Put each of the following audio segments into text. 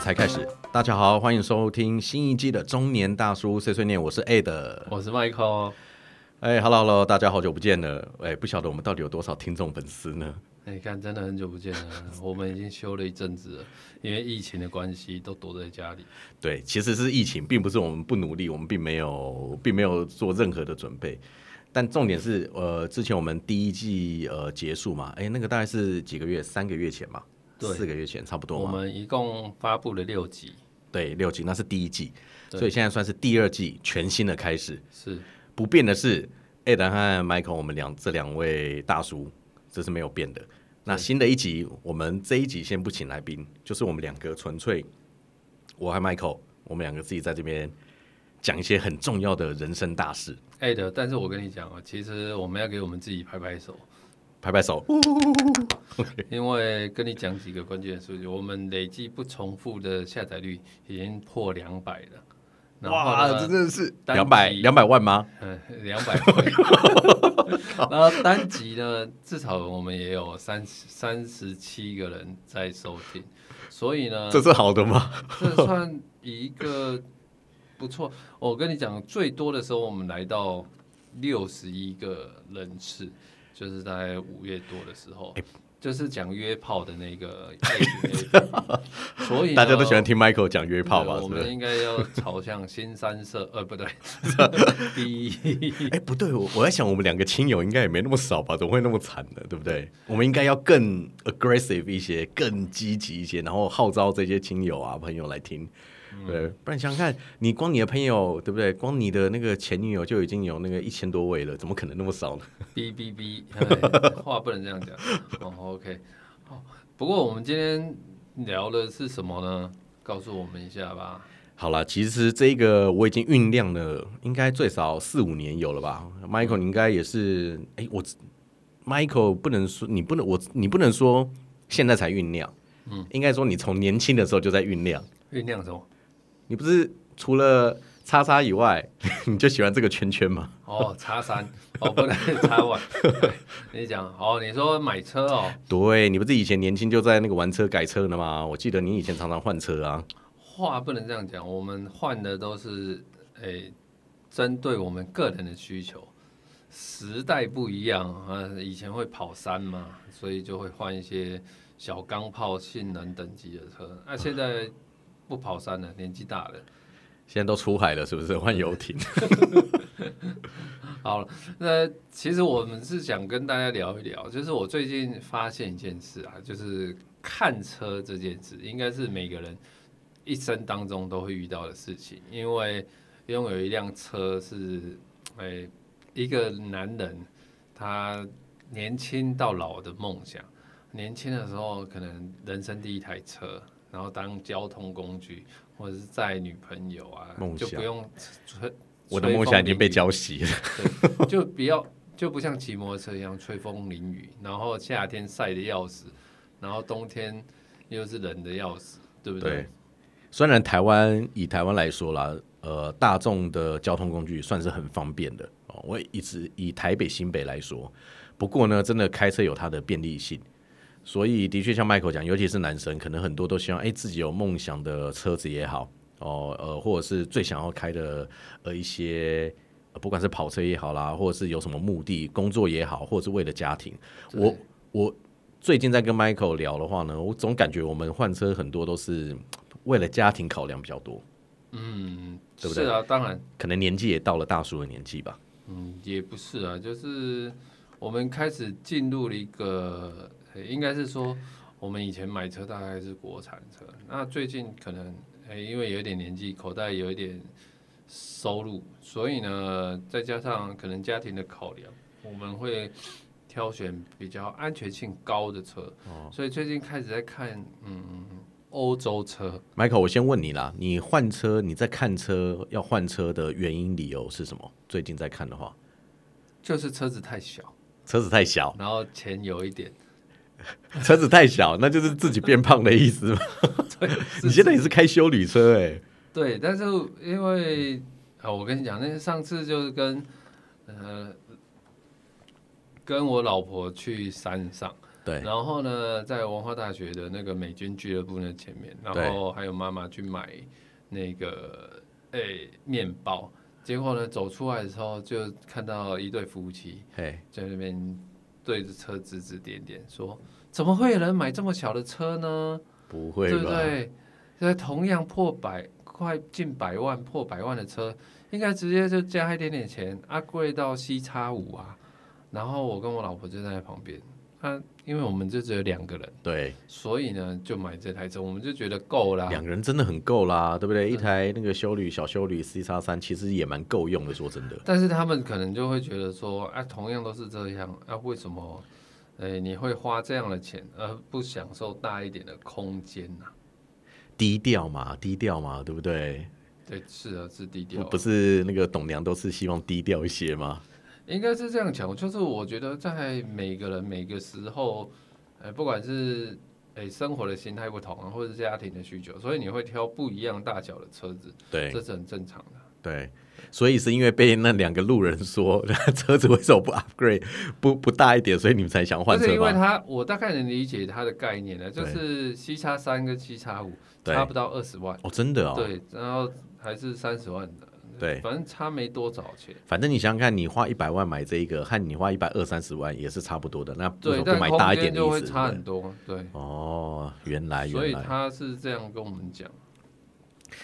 才开始。大家好，欢迎收听新一季的中年大叔碎碎念，我是 A 的。我是 Michael。哎，Hello Hello，大家好久不见了。哎，不晓得我们到底有多少听众粉丝呢？哎、看，真的很久不见了，我们已经休了一阵子了，因为疫情的关系，都躲在家里。对，其实是疫情，并不是我们不努力，我们并没有，并没有做任何的准备。但重点是，呃，之前我们第一季呃结束嘛，哎，那个大概是几个月，三个月前嘛，对四个月前差不多我嘛。们一共发布了六集，对，六季那是第一季，对所以现在算是第二季全新的开始。是不变的是 a d 和 Michael，我们两这两位大叔，这是没有变的。那新的一集，我们这一集先不请来宾，就是我们两个纯粹，我和 Michael，我们两个自己在这边讲一些很重要的人生大事，哎的。但是我跟你讲啊，其实我们要给我们自己拍拍手，拍拍手。因为跟你讲几个关键的数据，我们累计不重复的下载率已经破两百了。然哇，后这呢，真的是单集两百两百万吗？两百 回。然后单集呢，至少我们也有三三十七个人在收听，所以呢，这是好的吗？这算一个不错。我跟你讲，最多的时候我们来到六十一个人次，就是在五月多的时候，哎就是讲约炮的 那个 APP 所以呢大家都喜欢听 Michael 讲约炮吧？啊对是我不是们？应该要朝向新三社，呃，不对，第一。哎、不对，我我在想，我们两个亲友应该也没那么少吧？怎么会那么惨呢？对不对？我们应该要更 aggressive 一些，更积极一些，然后号召这些亲友啊朋友来听。对，不然想想看，你光你的朋友，对不对？光你的那个前女友就已经有那个一千多位了，怎么可能那么少呢？哔哔哔，哎话不能这样讲。哦，OK，好。不过我们今天聊的是什么呢？告诉我们一下吧。好了，其实这个我已经酝酿了，应该最少四五年有了吧？Michael，你应该也是，哎、我 Michael 不能说你不能我你不能说现在才酝酿，嗯，应该说你从年轻的时候就在酝酿。酝酿什么？你不是除了叉叉以外， 你就喜欢这个圈圈吗？哦，叉三，哦，不能叉万。对你讲，哦，你说买车哦，对，你不是以前年轻就在那个玩车改车的吗？我记得你以前常常换车啊。话不能这样讲。我们换的都是，诶、针对我们个人的需求。时代不一样啊，以前会跑山嘛，所以就会换一些小钢炮、性能等级的车。那、现在不跑山了，年纪大了。现在都出海了，是不是换游艇？ 好了，那其实我们是想跟大家聊一聊，就是我最近发现一件事啊，就是看车这件事，应该是每个人一生当中都会遇到的事情，因为拥有一辆车是，哎、一个男人他年轻到老的梦想，年轻的时候可能人生第一台车，然后当交通工具，或者是载女朋友啊梦，就想不用吹。我的梦想已经被吹风浇淋雨熄了。对， 就比较就不像骑摩托车一样吹风淋雨，然后夏天晒的要死，然后冬天又是冷的要死，对不对，虽然台湾以台湾来说啦，呃，大众的交通工具算是很方便的哦。我一直以台北新北来说，不过呢，真的开车有它的便利性，所以的确像 Michael 讲，尤其是男生，可能很多都希望哎、自己有梦想的车子也好，哦呃，或者是最想要开的呃一些。呃不管是跑车也好啦，或者是有什么目的、工作也好，或者是为了家庭，我我最近在跟 Michael 聊的话呢，我总感觉我们换车很多都是为了家庭考量比较多，嗯，对不对是啊，当然，可能年纪也到了大叔的年纪吧。嗯，也不是啊，就是我们开始进入了一个，呃应该是说我们以前买车大概是国产车，那最近可能，哎，因为有一点年纪，口袋有一点收入，所以呢，再加上可能家庭的考量，我们会挑选比较安全性高的车，所以最近开始在看，嗯，欧洲车。 Michael，我先问你啦，你换车，你在看车要换车的原因理由是什么？最近在看的话，就是车子太小，车子太小， 然后钱有一点，车子太小，那就是自己变胖的意 思吗？你现在也是开修旅车哎、对，但是因为啊，我跟你讲，那上次就是跟呃跟我老婆去山上，对然后呢，在文化大学的那个美军俱乐部那前面，然对后还有妈妈去买那个诶面包，结果呢走出来的时候就看到一对夫妻嘿，在那边对着车指指点点，说怎么会有人买这么小的车呢？不会对不吧？对？在同样破百快近百万破百万的车，应该直接就加一点点钱啊，贵到 C 叉五啊。然后我跟我老婆就在旁边，啊，因为我们就只有两个人，对，所以呢就买这台车，我们就觉得够啦。两个人真的很够啦，对不对？一台那个修旅小修旅 C 叉三其实也蛮够用的，说真的。但是他们可能就会觉得说，啊，同样都是这样，啊，为什么，哎，你会花这样的钱，而不享受大一点的空间呢、低调嘛，低调嘛，对不对？对，是啊，是低调不啊。不是那个董娘都是希望低调一些吗？应该是这样讲，就是我觉得在每个人每个时候，呃，不管是诶、生活的心态不同啊，或者是家庭的需求，所以你会挑不一样大小的车子，对这是很正常的。对，所以是因为被那两个路人说 车子为什么不 upgrade 不不大一点，所以你们才想换就是车因为吗？它，我大概能理解它的概念了，就是七叉三跟七叉五对差不到二十万，哦，真的哦，对，然后还是三十万的，对反正差没多少钱。反正你想想看，你花一百万买这一个，和你花一百二三十万也是差不多的，那为什对，么不但买空大一点间的就意会思？差对很多，对，哦，原来所原以来。他是这样跟我们讲。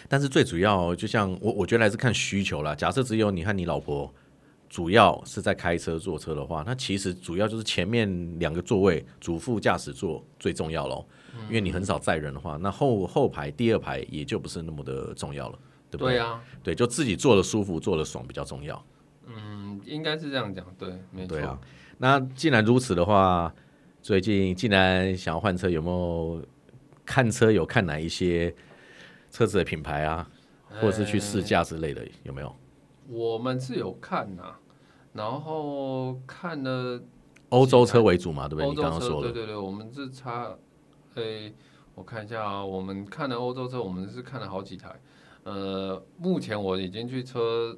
但是最主要，就像我我觉得还是看需求啦。假设只有你和你老婆主要是在开车坐车的话，那其实主要就是前面两个座位主副驾驶座最重要咯，因为你很少载人的话，那后后排第二排也就不是那么的重要了，对不对？对啊，对，就自己坐的舒服，坐的爽比较重要。嗯，应该是这样讲，对，没错。对啊，那既然如此的话，最近既然想要换车，有没有看车有看哪一些车子的品牌啊，或者是去试驾之类呃的，有没有？我们是有看呐、然后看了欧洲车为主啊嘛，对不对？欧你洲刚刚车，说对的，对对，我们是差，诶、我看一下啊，我们看了欧洲车，我们是看了好几台，呃，目前我已经去车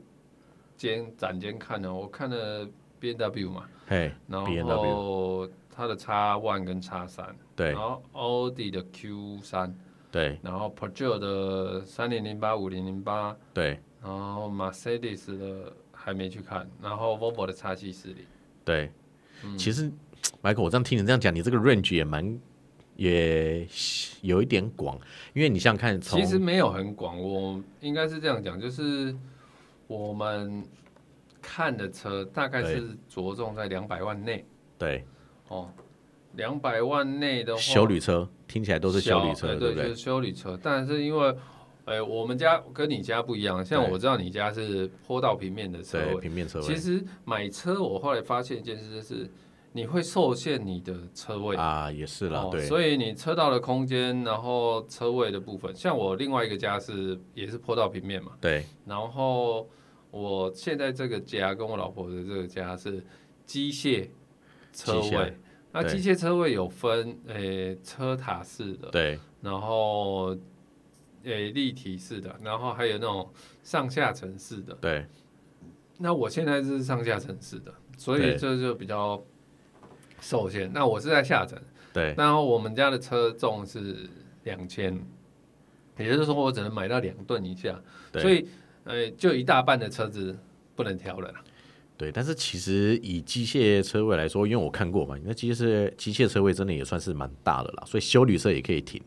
间展间看了，我看了 B N W 嘛，嘿，然 B&W 后它的叉 One 跟叉三，对然后奥迪的 Q 三，对然后 Peugeot 的三零零八五零零八，对然后 Mercedes 的还没去看，然后 Volvo 的 x C 四零，对。嗯其实，Michael，我这样听你这样讲，你这个 range 也蛮也有一点广，因为你想想看，从其实没有很广，我应该是这样讲，就是我们看的车大概是着重在两百万内对哦，两百万内的话，修旅车听起来都是修旅小车，哎对对不对就是？修理车，但是因为。哎，我们家跟你家不一样，像对我知道你家是坡道平面的车对，位，平面车其位实买车我后来发现一件事，就是你会受限你的车位啊，也是啦哦，对所以你车道的空间，然后车位的部分，像我另外一个家是也是坡道平面嘛，对然后我现在这个家跟我老婆的这个家是机械车机械位，那对机械车位有分诶车塔式的，对然后诶立体式的，然后还有那种上下层式的。对那我现在是上下层式的，所对以这就比较受限。那我是在下层。对然后我们家的车重是两千，也就是说我只能买到两吨以下，对所以呃，就一大半的车子不能啊挑了啦。对。但是其实以机械车位来说，因为我看过嘛，那机械机械车位真的也算是蛮大的啦，所以修旅车也可以停。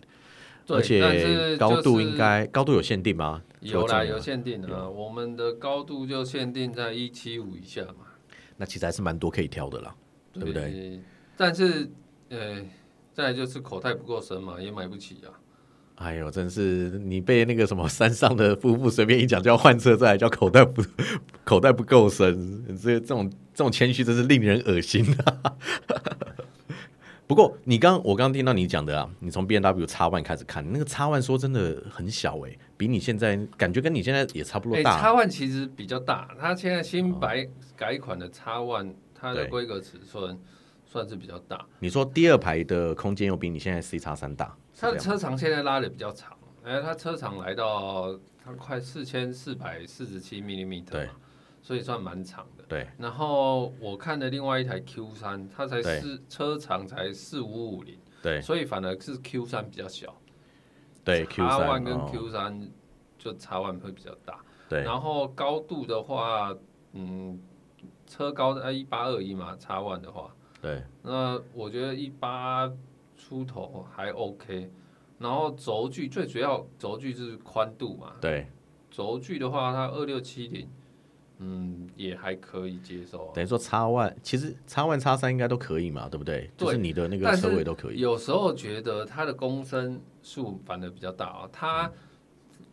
对而但是就且是高度应该高度有限定吗？有这啦，个重有吗限定的啊，我们的高度就限定在一七五以下嘛，那其实还是蛮多可以挑的啦，对不对？对？但是呃，再来就是口袋不够深嘛，也买不起啊。哎呦，真是你被那个什么山上的夫妇随便一讲就要换车，再来叫口袋不 口袋不够深，这这种这种谦虚真是令人恶心啊！ 不过你刚我刚听到你讲的啊，你从 B N W 叉 One 开始看，那个叉 One 说真的很小诶、比你现在感觉跟你现在也差不多哎，大，啊哦叉万其实比较大，它现在新白改款的叉万，它的对规格尺寸算是比较大。你说第二排的空间又比你现在 C 叉三大，是这它样吗的车长现在拉的比较长，哎，它车长来到它快四千四百四十七 m m 对，所以算蛮长的。对，然后我看的另外一台 Q 三，它才对四车长才四五五零，对所以反而是 Q 三比较小，对，Q 叉三哦万跟 Q 三就叉万会比较大。对然后高度的话，嗯，车高在一八二一嘛，叉万的话，对那我觉得一八出头还 OK。然后轴距最主要轴距就是宽度嘛，对，轴距的话它二六七零，嗯，也还可以接受啊。等于说叉 one 其实叉 one 叉三应该都可以嘛，对不对？对就是你的那个但是车位都可以。有时候觉得它的公升数反而比较大啊，它，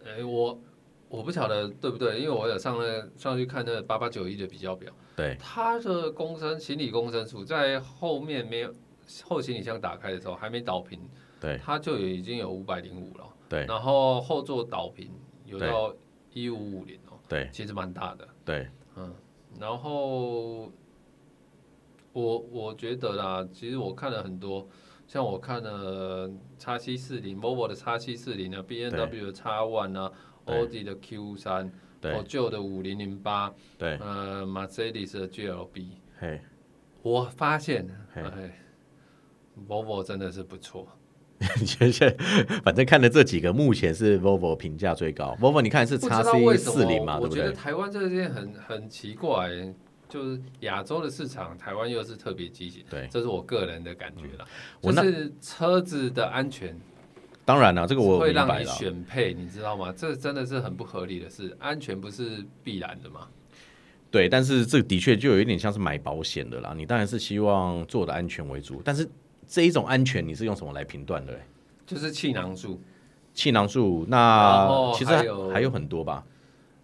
嗯呃、我我不晓得对不对，因为我有上了上去看那个八八九一的比较表，对它的公升行李公升数在后面没有后行李箱打开的时候还没倒平，对它就已经有五百零五了，对然后后座倒平有到一五五零哦，对其实蛮大的。对嗯，然后我我觉得啦，其实我看了很多，像我看了叉七四零，Volvo 的叉七四零啊，B N W 的叉 One 啊对，Audi 的 Q 三，对哦，旧的五零零八，对，呃，Mercedes 的 G L B，嘿， 我发现，嘿哎，Volvo 真的是不错，你觉得反正看了这几个，目前是 Volvo 评价最高。Volvo 你看是不知叉道为 C 什四零么，嘛，对我不觉得对？台湾这件很很奇怪、就是亚洲的市场，台湾又是特别积极，对嗯这是我个人的感觉啦。我那就是车子的安全当然了，这个我会明让白你了。选配，你知道吗？这真的是很不合理的事，安全不是必然的嘛？对，但是这的确就有一点像是买保险的啦。你当然是希望做的安全为主，但是这一种安全你是用什么来评断的嘞？就是气囊数，气囊数然那后其实还还有还有很多吧？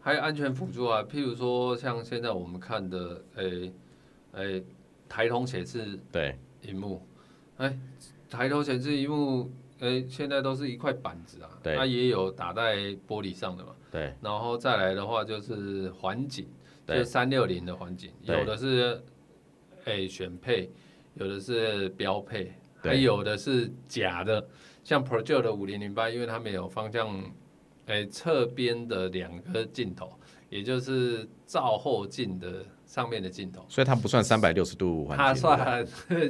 还有安全辅助啊，譬如说像现在我们看的，诶、诶、台通显示对荧幕，哎、抬头显示荧幕，哎、现在都是一块板子啊，对它也有打在玻璃上的嘛，对然后再来的话就是环景，就对是三六零的环景，对有的是哎、选配，有的是标配，对还有的是假的，像 Projo 的五零零八，因为它没有方向，哎、侧边的两个镜头，也就是照后镜的上面的镜头。所以它不算三百六十度环境，它算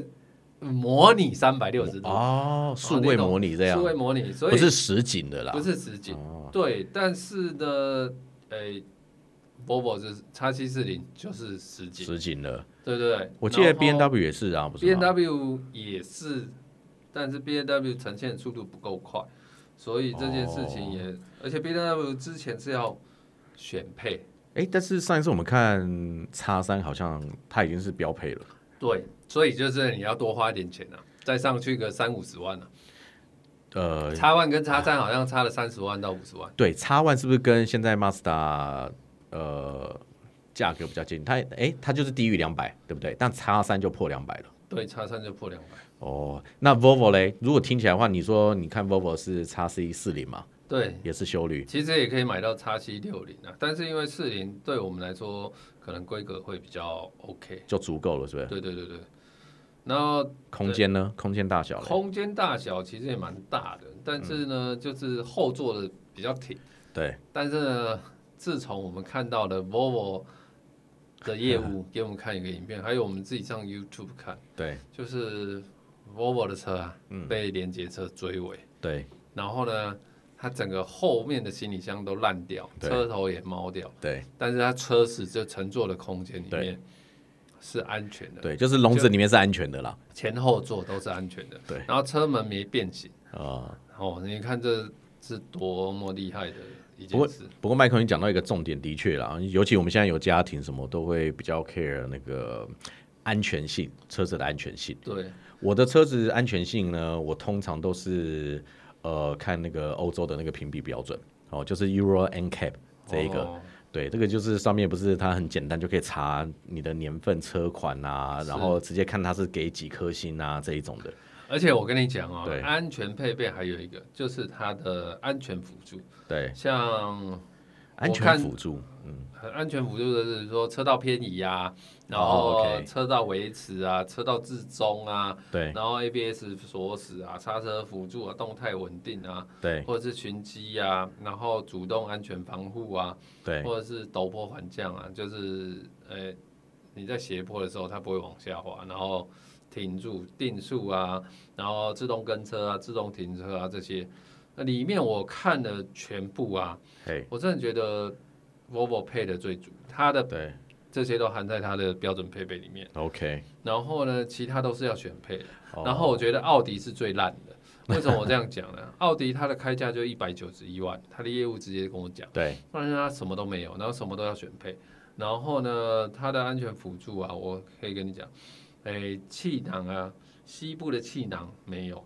模拟三百六十度哦，数位模拟这样数，位模拟，所以不是实景的啦，不是实景。哦，对，但是呢，诶、v o v o 就是叉七四零就是实景，实景的。对对对。我记得 B N W 也是啊，不是 B N 吗 W 也是，但是 B N W 呈现的速度不够快，所以这件事哦情也，而且 B N W 之前是要选配，哎，但是上一次我们看叉三好像它已经是标配了。对，所以就是你要多花一点钱啊，再上去个三五十万啊，呃，叉万跟叉三好像差了三十万到五十万。对，叉 One 是不是跟现在 Mazda 呃价格比较接近？它哎，它就是低于两百，对不对？但叉三就破两百了。对，叉三就破两百。哦，那 Volvo 嘞？如果听起来的话，你说你看 Volvo 是叉 C 四零嘛，对，也是修旅，其实也可以买到叉七六零啊，但是因为四零对我们来说可能规格会比较 OK。就足够了，是不是？对对对对。然后空间呢？空间大小嘞？空间大小其实也蛮大的，但是呢，就是后座的比较挺。对但是呢，自从我们看到了 Volvo 的业务给我们看一个影片，还有我们自己上 YouTube 看，对就是 Volvo 的车啊，嗯被连接车追尾。对然后呢，它整个后面的行李箱都烂掉，对车头也猫掉，对但是它车室就乘坐的空间里面是安全的，对，就是笼子里面是安全的啦。前后座都是安全的，对然后车门没变形，啊、哦，你看这是多么厉害的一不过件事，不过麦克你讲到一个重点，的确啦，尤其我们现在有家庭，什么都会比较 care 那个安全性，车子的安全性。对，我的车子安全性呢，我通常都是呃看那个欧洲的那个评比标准，哦，就是 Euro NCAP 这一个，哦对，这个就是上面不是它很简单就可以查你的年份、车款啊，是然后直接看它是给几颗星啊这一种的，而且我跟你讲哦对，安全配备还有一个就是它的安全辅助，对，像安我看全辅助，嗯，很安全辅助就是说车道偏移啊，然哦后，OK 车道维持啊，车道至中啊，对然后 ABS 锁死啊，刹车辅助啊，动态稳定啊，对或者是群机啊，然后主动安全防护啊，对或者是陡坡缓降啊，就是呃你在斜坡的时候它不会往下滑，然后停住定速啊，然后自动跟车啊，自动停车啊这些，那里面我看了全部啊。嘿我真的觉得 Volvo 配的最足，它的对这些都含在它的标准配备里面。 ，OK，然后呢，其他都是要选配的。哦然后我觉得奥迪是最烂 的。为什么我这样讲呢？奥迪它的开价就一百九十一万，它的业务直接跟我讲，对不然它什么都没有，然后什么都要选配。然后呢，它的安全辅助啊，我可以跟你讲，诶，气囊啊，西部的气囊没有，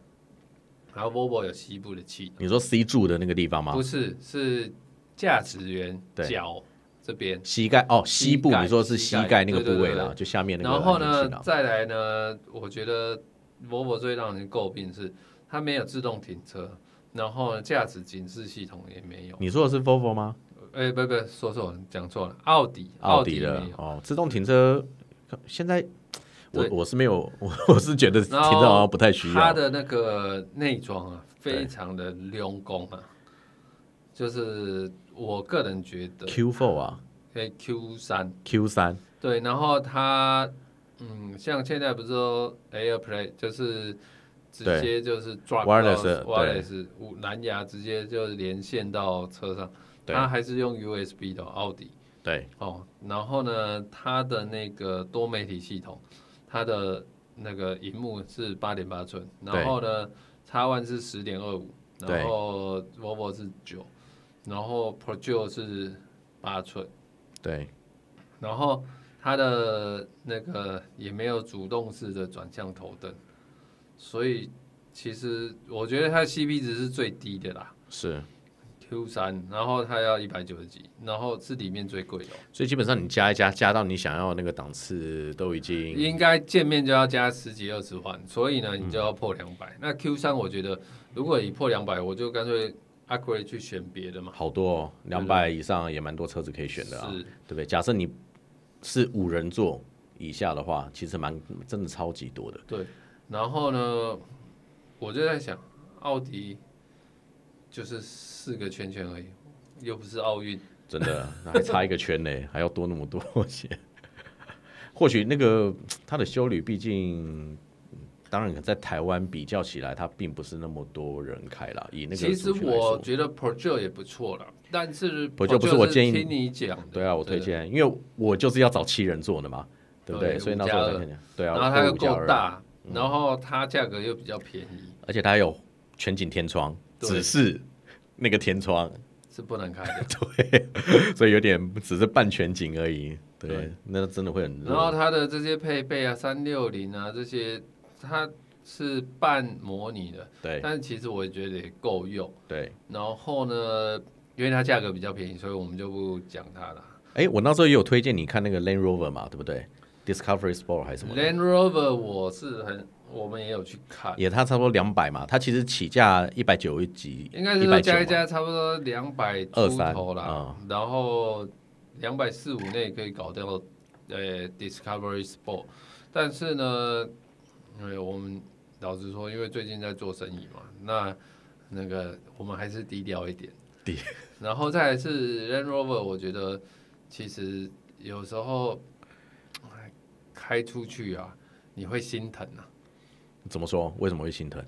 然后 Volvo 有西部的气囊。你说 C 柱的那个地方吗不？是，是驾驶员对脚这边。膝盖哦，膝膝部，盖你说是膝膝盖盖那个对对部位对啦，对就下面那个然后安呢全气，囊再来呢，我觉得 Volvo 最让人诟病是它没有自动停车，然后呢驾驶警示系统也没有。你说的是 Volvo 吗？哎、不不，说错了，讲错了，奥迪，奥迪迪的没有。哦，自动停车现在我对我是没有，我我是觉得停然车后好像不太需它要。的那个内装啊，对非常的溜工啊，就是我个人觉得， Q4 啊哎，Q 三，Q 三对，然后它，嗯，像现在不是说 AirPlay 就是直对接就是 drop Wireless 到的 wireless 无蓝牙直接就连线到车上，对它还是用 USB 的奥迪对哦。然后呢，它的那个多媒体系统，它的那个荧幕是八点八寸，然对后呢，叉 One 是十点二五，然对后 Volvo 是九，然后 p r o j o 是八寸。对然后它的那个也没有主动式的转向头灯，所以其实我觉得它的 CP 值是最低的啦是， ，Q 三，然后它要一百九十几，然后是里面最贵的哦、所以基本上你加一加，加到你想要那个档次都已经应该见面就要加十几二十万，所以呢你就要破两百、那 Q 三我觉得如果你破两百，我就干脆 upgrade 去选别的嘛，好多哦，两百以上也蛮多车子可以选的啊，是对不对？假设你是五人座以下的话，其实蛮真的超级多的。对，然后呢，我就在想，奥迪就是四个圈圈而已，又不是奥运，真的， 那还差一个圈呢，还要多那么多些。 或许那个它的修旅，毕竟当然在台湾比较起来，它并不是那么多人开啦。以那个其实族群来我说觉得 Projo 也不错了，但是 Projo 不是我建议听你讲的，对啊，我推。荐，因为我就是要找七人座的嘛，对不对？对所以那时候我五才加二看见，对啊，然后它又五加够二，啊嗯大，然后它价格又比较便宜，而且它有全景天窗，对只是那个天窗， 是不能开的。所以有点只是半全景而已。对，对那真的会很热。然后它的这些配备啊，三六零啊这些，它是半模拟的，对但是其实我觉得也够用。对，然后呢，因为它价格比较便宜，所以我们就不讲它了。哎，我那时候也有推荐你看那个 Land Rover 嘛，对不对？Discovery Sport 还是什么的？ Land Rover 我是很，我们也有去看，也它差不多两百嘛，它其实起价一百九一集，应该是说190加一嘛，啊加差不多两百出头啦，然后两百四五内可以搞掉呃 Discovery Sport，但是呢，因为我们老实说，因为最近在做生意嘛，那那个我们还是低调一点，低，然后再来是 Land Rover，我觉得其实有时候哎开出去啊，你会心疼啊，怎么说？为什么会心疼？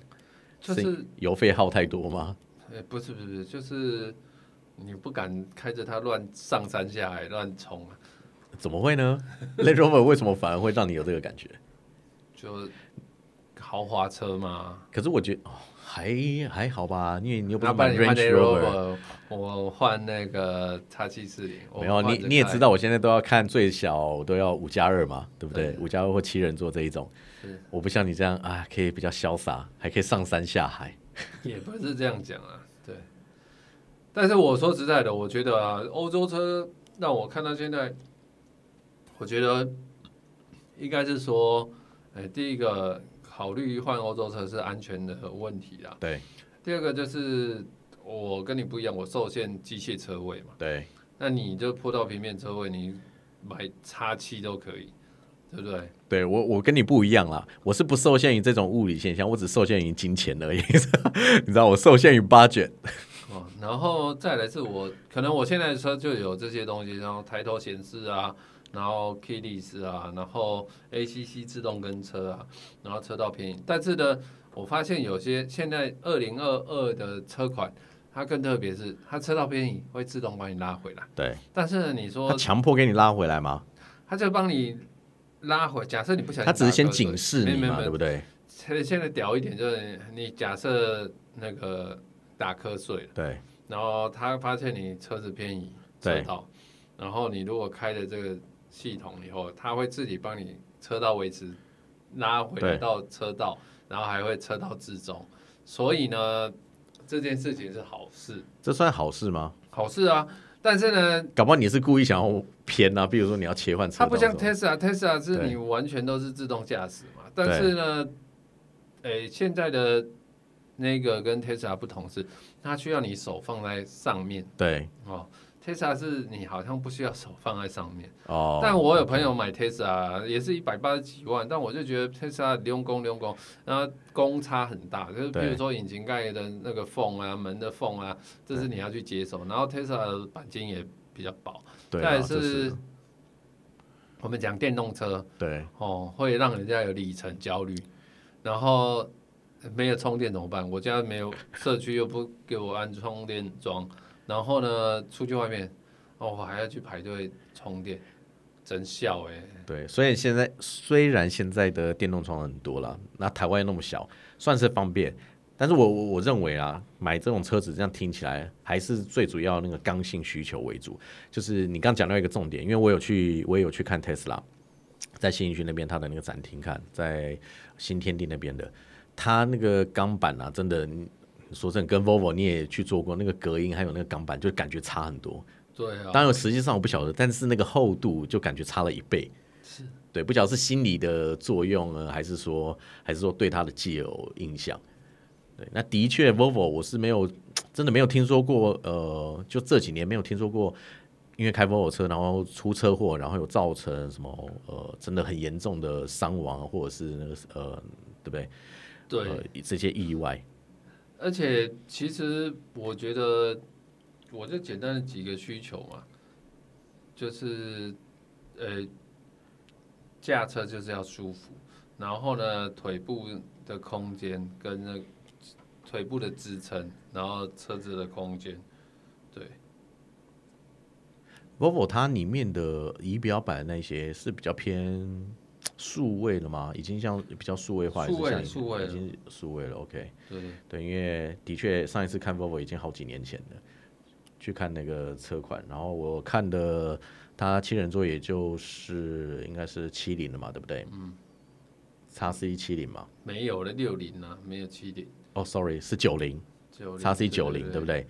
就是油费耗太多吗？ 哎、不是不是，不是，就是你不敢开着它乱上山下海乱冲啊，怎么会呢？Land Rover 为什么反而会让你有这个感觉？就豪华车嘛。可是我觉得、哦、还还好吧，因为你又不那是啊不然买你换 Range Land Rover， Rover，我换那个叉七四零。我没有换你着你也开知，道，我现在都要看最小都要五加二嘛，对不对对？五加二或七人座这一种是，我不像你这样啊，可以比较潇洒，还可以上山下海。 也不是这样讲啊，对。但是我说实在的，我觉得啊，欧洲车让我看到现在，我觉得应该是说，哎、第一个考虑换欧洲车是安全的问题啦。对第二个就是我跟你不一样，我受限机械车位嘛，对那你就坡道平面车位，你买叉七都可以，对不对？对我，我跟你不一样啦，我是不受限于这种物理现象，我只受限于金钱而已。 你知道，我受限于 budget。哦，然后再来是我可能我现在的车就有这些东西，然后抬头显示啊，然后 keyless 啊，然后 ACC 自动跟车啊，然后车道偏移。但是呢，我发现有些现在二零二二的车款，它更特别是它车道偏移会自动把你拉回来，对，但是呢你他说强迫给你拉回来吗？它就帮你拉回，假设你不小心他只是先打瞌睡警示你没嘛，没对不对？现现在屌一点就是你假设那个打瞌睡了。对，然后他发现你车子偏移对车道，然后你如果开了这个系统以后，它会自己帮你车道维持拉回来对到车道，然后还会车道自中。所以呢，这件事情是好事，这算好事吗？好事啊。但是呢，搞不好你是故意想要偏啊，比如说你要切换车它道不的时候，像 Tesla，Tesla 是对你完全都是自动驾驶嘛。但是呢，诶，现在的那个跟 Tesla 不同是，它需要你手放在上面。对哦，Tesla 是你好像不需要手放在上面，哦，但我有朋友买 Tesla 也是一百八十几万，但我就觉得 Tesla 溜工溜工，然后公差很大，就是比如对说引擎盖的那个缝啊、门的缝啊，这是你要去接手，然后 Tesla 的钣金也比较薄，对啊，再来这是我们讲电动车对哦，会让人家有里程焦虑，然后。没有充电怎么办？我家没有，社区又不给我安充电桩，然后呢，出去外面，哦，我还要去排队充电，真笑哎、对，所以现在虽然现在的电动窗很多了，那台湾又那么小，算是方便。但是我我我认为啊，买这种车子这样听起来还是最主要那个刚性需求为主。就是你刚讲到一个重点，因为我有去我也有去看 Tesla，在新义区那边它的那个展厅看，在新天地那边的，它那个钢板啊，真的你说真的，跟 Volvo 你也去做过，那个隔音还有那个钢板，就感觉差很多。对啊，当然，实际上我不晓得，但是那个厚度就感觉差了一倍。是对，不晓得是心理的作用呢，还是说，还是说对他的既有印象？对，那的确，Volvo 我是没有，真的没有听说过，呃，就这几年没有听说过，因为开 Volvo 车，然后出车祸，然后有造成什么呃，真的很严重的伤亡，或者是那个呃，对不对？对，呃，这些意外，而且其实我觉得，我就简单的几个需求嘛，就是呃，驾车就是要舒服，然后呢，腿部的空间跟那腿部的支撑，然后车子的空间，对。 Volvo 它里面的仪表板那些是比较偏数位了吗？已经像比较数位化，还是数位像以数位已经数位了。OK，对对对，因为的确上一次看 Volvo 已经好几年前了，去看那个车款，然后我看的它七人座也就是应该是七零了嘛，对不对？嗯，叉 C 七零嘛，没有了六零啊，没有七零，哦，sorry 是九零，九叉 C 九零对不对？对？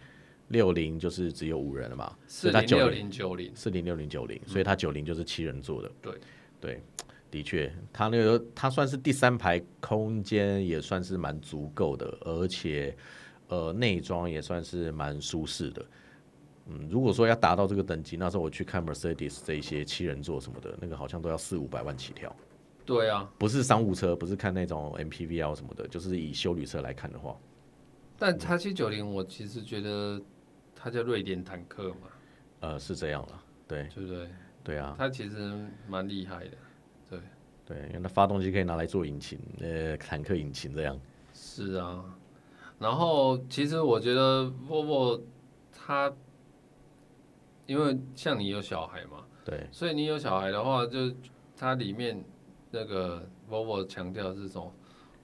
六零就是只有五人了嘛，所四以它零九六零零九零，四零六零九零，所以它九零就是七人座的。对对，的确，它那个它算是第三排空间也算是蛮足够的，而且呃内装也算是蛮舒适的。嗯，如果说要达到这个等级，那时候我去看 Mercedes 这一些七人座什么的，那个好像都要四五百万起跳，对啊。不是商务车，不是看那种 MPV 啊什么的，就是以修旅车来看的话，嗯但叉七九零，我其实觉得它叫瑞典坦克嘛，呃，是这样了。对对不对？对啊，它其实蛮厉害的，对，对，因为那发动机可以拿来做引擎，呃，坦克引擎这样。是啊。然后其实我觉得 Volvo 它，因为像你有小孩嘛，对所以你有小孩的话，就它里面那个 Volvo 强调是什么？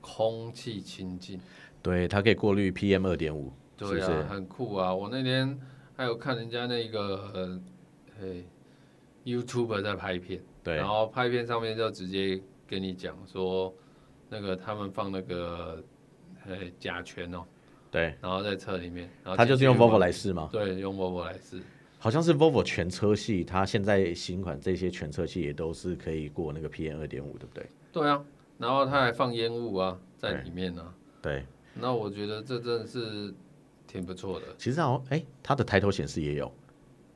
空气清净。对，它可以过滤 PM 二点五，是不对啊，是？很酷啊！我那天还有看人家那个呃，嘿，YouTuber 在拍片，对然后拍片上面就直接跟你讲说，那个他们放那个呃甲醛哦，对，然后在车里面，然后它就是用进去 Volvo 来试吗？对，用 Volvo 来试，好像是 Volvo 全车系，它现在新款这些全车系也都是可以过那个 PM 二点五，对不对？对啊，然后他还放烟雾啊在对里面啊，对，那我觉得这真的是挺不错的，其实好像哎，它的抬头显示也有，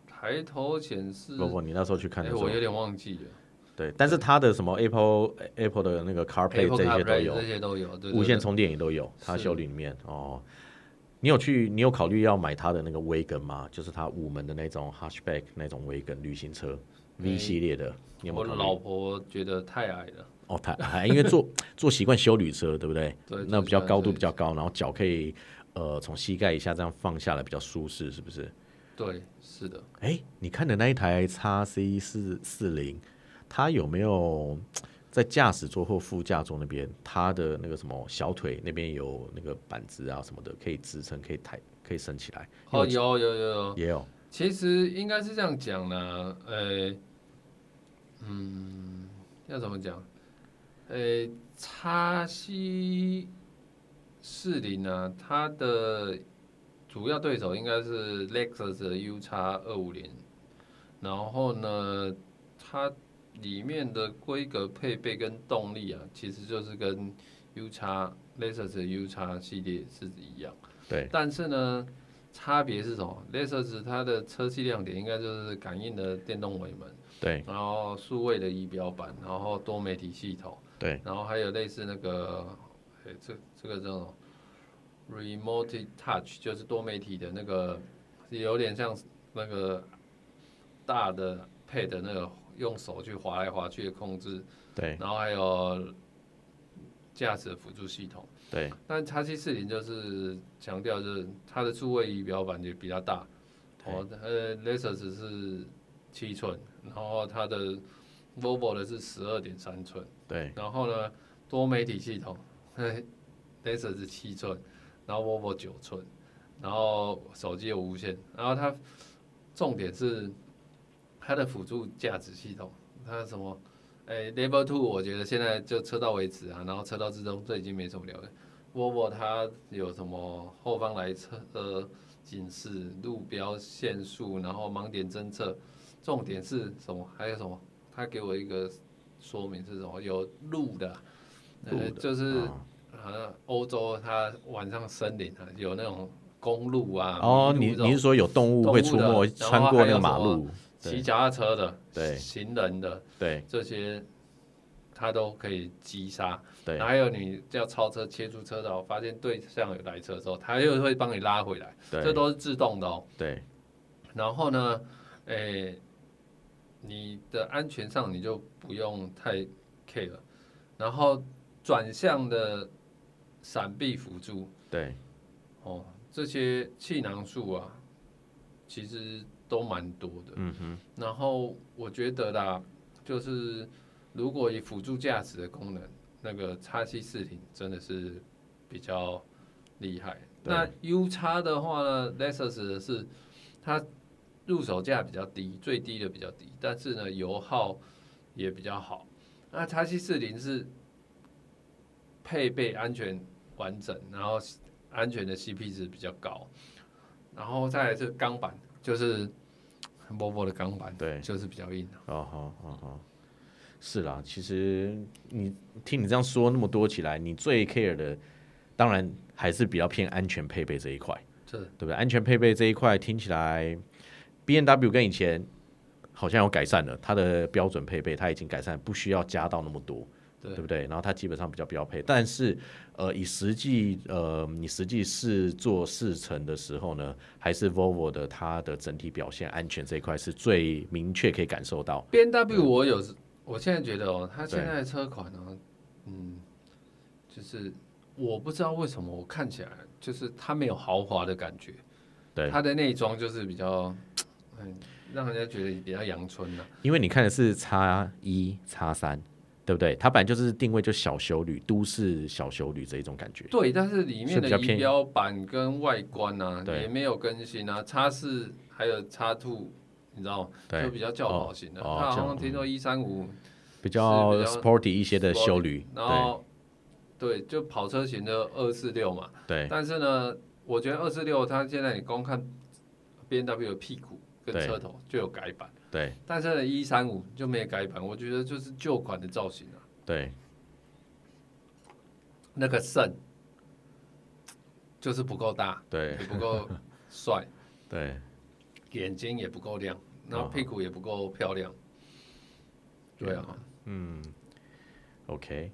抬头显示，不不，你那时候去看哎、的时候我有，点忘记了对，但是它的什么 Apple Apple 的那个 CarPlay Apple 这些 CarPlay 都有这，些都有，对对对无线充电也都有，它是修理里面哦。你有去，你有考虑要买它的那个威根吗？就是它五门的那种 hatchback 那种威根旅行车 V 没系列的，你有没哎我有考虑？老婆觉得太矮了，哦，他还因为 坐坐习惯修旅车，对不对？对那坐比较习惯高度修比较高，然后脚可以呃从膝盖以下这样放下来比较舒适，是不是？对，是的，哎，你看的那一台叉 C 四四零，它有没有在驾驶座或副驾座那边，它的那个什么小腿那边有那个板子啊什么的，可以支撑，可以抬，可以升起来？哦，有有有有，也有其实应该是这样讲呢，呃，嗯，要怎么讲？呃，叉西四零呢，啊它的主要对手应该是 Lexus 的 U 叉二五零，然后呢，它里面的规格配备跟动力啊，其实就是跟 U 叉 Lexus 的 U 叉系列是一样。对但是呢，差别是什么？Lexus 它的车系亮点应该就是感应的电动尾门，对然后数位的仪表板，然后多媒体系统，对，然后还有类似那个，哎，这这个叫什么？Remote Touch 就是多媒体的那个，有点像那个大的 Pad 那个用手去滑来滑去的控制，对然后还有驾驶辅助系统。对但叉七四零就是强调就是它的数位仪表板也比较大，哦，呃，Lexus 是七寸，然后它的 Volvo 的是十二点三寸，对然后呢，多媒体系统呃，Lexus 是七寸，然后 Volvo 九寸，然后手机有无线，然后它重点是它的辅助驾驶系统，它什么？哎，Level Two，我觉得现在就车道为止啊，然后车道之中这已经没什么了解。Volvo 它有什么后方来车呃警示、路标限速，然后盲点侦测，重点是什么？还有什么？它给我一个说明是什么？有路的，路呃，的就是啊好像欧洲它晚上森林啊有那种公路啊，哦，迷你路这种你是说有动物会出动物没的穿过那啊个马路？骑脚踏车的、对行人的对这些，它都可以击杀。对还有你要超车切出车道，发现对向有来车的时候，它又会帮你拉回来，这对都是自动的哦。对然后呢，诶、你的安全上你就不用太 care，然后转向的闪避辅助，对哦，这些气囊数啊，其实都蛮多的。嗯哼，然后我觉得啦，就是如果以辅助驾驶的功能，那个叉七四零真的是比较厉害。对那 U 叉的话呢，Lexus 的是它入手价比较低，最低的比较低，但是呢油耗也比较好。那叉七四零是配备安全完整，然后安全的 CP 值比较高，然后再来是钢板，就是 Volvo 的钢板，对就是比较硬。啊哦好哦好，是啦。其实你听你这样说那么多起来，你最 care 的，当然还是比较偏安全配备这一块，这对不对？安全配备这一块听起来，B N W 跟以前好像有改善了，它的标准配备它已经改善，不需要加到那么多。对对不对？然后它基本上比较标配，但是呃，以实际呃，你实际试做试乘的时候呢，还是 Volvo 的它的整体表现安全这一块是最明确可以感受到。 B N W 我有，我现在觉得哦，它现在的车款呢、嗯，就是我不知道为什么我看起来就是它没有豪华的感觉，对，它的内装就是比较，嗯，让人家觉得比较阳春啊呐、因为你看的是叉一、叉三，对不对？它本来就是定位就小修旅、都市小修旅这一种感觉。对，但是里面是比的较仪偏表板跟外观啊对也没有更新啊，叉四还有叉 two，你知道吗？对就比较轿跑型的，哦哦它好这像样听说一三五比较是比较 sporty 一些的修旅，然后对，就跑车型的二四六嘛。对但是呢，我觉得二四六它现在你光看 B N W 的屁股跟对车头就有改版，对对但是呢一三五就没有改版，我觉得就是旧款的造型啊，对，那个肾就是不够大，对啊也不够帅，对眼睛也不够亮，然哦后屁股也不够漂亮。对啊， OK，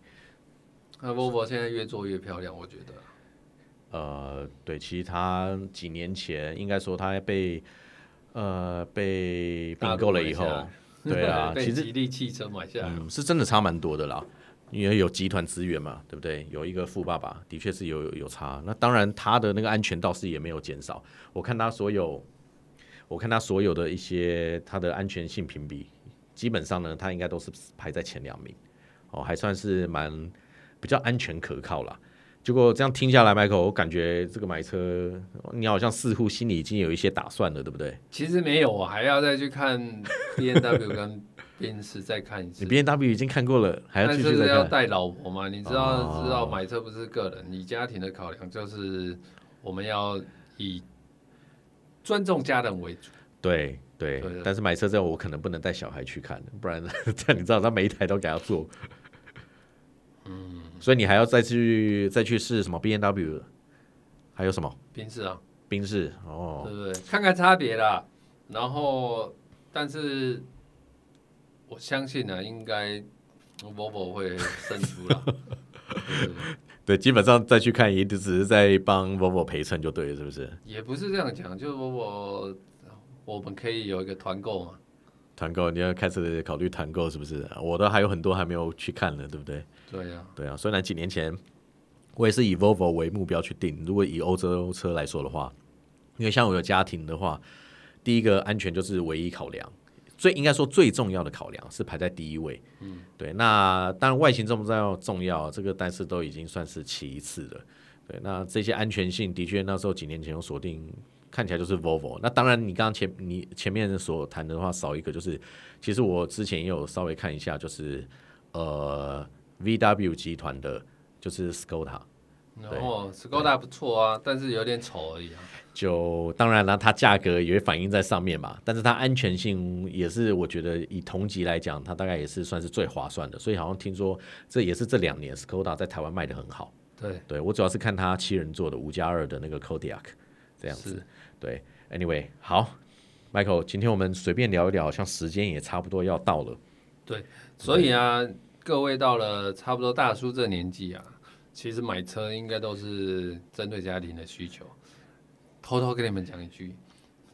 那 Volvo 现在越做越漂亮，我觉得。呃，对，其实他几年前应该说他被呃被并购了以后大陆买下， 来对啊，被其实吉利汽车买下来。嗯是真的差蛮多的啦，因为有集团资源嘛，对不对？有一个富爸爸，的确是有有有差。那当然，他的那个安全倒是也没有减少。我看他所有，我看他所有的一些他的安全性评比，基本上呢，他应该都是排在前两名，哦，还算是蛮比较安全可靠啦。结果这样听下来，Michael，我感觉这个买车，你好像似乎心里已经有一些打算了，对不对？其实没有，我还要再去 看 B N W 跟宾士再看一你次。 B N W 已经看过了，还要但继是续再要看。带老婆嘛？你知道、哦知道买车不是个人，你家庭的考量就是我们要以尊重家人为主。对对对的，但是买车之后我可能不能带小孩去看，不 然这样你知道，他每一台都给他做。嗯，所以你还要再去再去试什么 B N W，还有什么宾士啊，宾士哦，对不对？看看差别啦。然后，但是我相信呢、啊，应该 Volvo 会胜出 啦。对不对对，基本上再去看一定只是在帮 Volvo 陪衬就对了，是不是？也不是这样讲，就是我我们可以有一个团购嘛。团购你要开始考虑团购是不是？我都还有很多还没有去看呢，对不对？对呀、对啊，虽然几年前我也是以 Volvo 为目标去定，如果以欧洲车来说的话，因为像我有家庭的话，第一个安全就是唯一考量，最应该说最重要的考量是排在第一位。嗯，对。那当然外形重不重要重要，这个但是都已经算是其次了。对，那这些安全性的确那时候几年前有锁定。看起来就是 Volvo，那当然，你刚刚前你前面所谈的话少一个，就是其实我之前也有稍微看一下，就是呃 VW 集团的，就是 Skoda。然后哦 Skoda 不错啊，但是有点丑而已啊。就当然了，它价格也会反映在上面嘛，但是它安全性也是我觉得以同级来讲，它大概也是算是最划算的。所以好像听说这也是这两年 Skoda 在台湾卖的很好。对，对我主要是看它七人座的五加二的那个 Kodiak 这样子。是对，Anyway，好，Michael，今天我们随便聊一聊，好像时间也差不多要到了。所以啊，各位到了差不多大叔这年纪啊，其实买车应该都是针对家庭的需求。偷偷跟你们讲一句，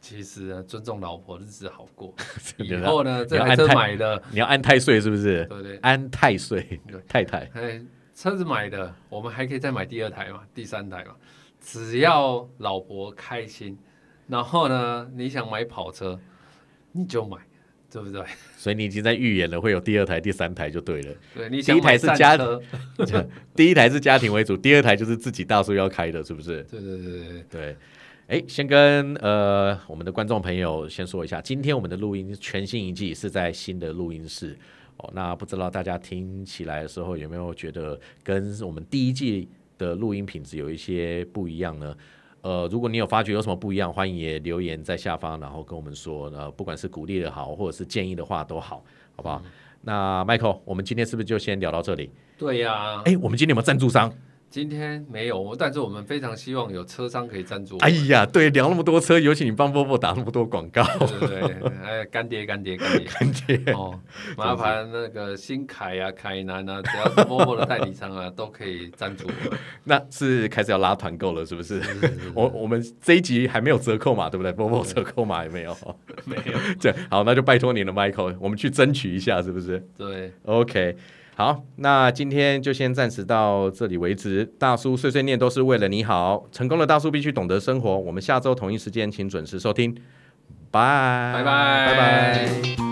其实啊，尊重老婆日子好 过。以后呢，这台车买的，你要安太岁是不是对？不对？安太岁对太太，哎，车子买的，我们还可以再买第二台嘛，第三台嘛，只要老婆开心。然后呢，你想买跑车，你就买，对不对？所以你已经在预言了会有第二台、第三台就对了。对，你第想一台买是战家车，第一台是家庭为主，第二台就是自己大叔要开的，是不是？对对对对对，对。哎，先跟呃我们的观众朋友先说一下，今天我们的录音全新一季是在新的录音室哦。那不知道大家听起来的时候有没有觉得跟我们第一季的录音品质有一些不一样呢？呃，如果你有发觉有什么不一样，欢迎也留言在下方，然后跟我们说。呃，不管是鼓励的好，或者是建议的话都好，好不好？那 Michael，我们今天是不是就先聊到这里？对呀、哎，我们今天有没有赞助商？今天没有，但是我们非常希望有车商可以赞助我哎们。呀，对，聊那么多车，尤其你帮波波打那么多广告，对对对，哎，干爹干爹干爹干爹 哦，麻烦那个新凯啊、凯南啊，只要是 Volvo 的代理 商啊，都可以赞助我们。那是开始要拉团购了，是不是？是是是是我我们这一集还没有折扣码，对不对？波波折扣码也没有。 没有对，好，那就拜托你了，Michael，我们去争取一下，是不是对， ？OK，好，那今天就先暂时到这里为止。大叔碎碎念都是为了你好，成功的大叔必须懂得生活。我们下周同一时间请准时收听，拜拜拜拜拜。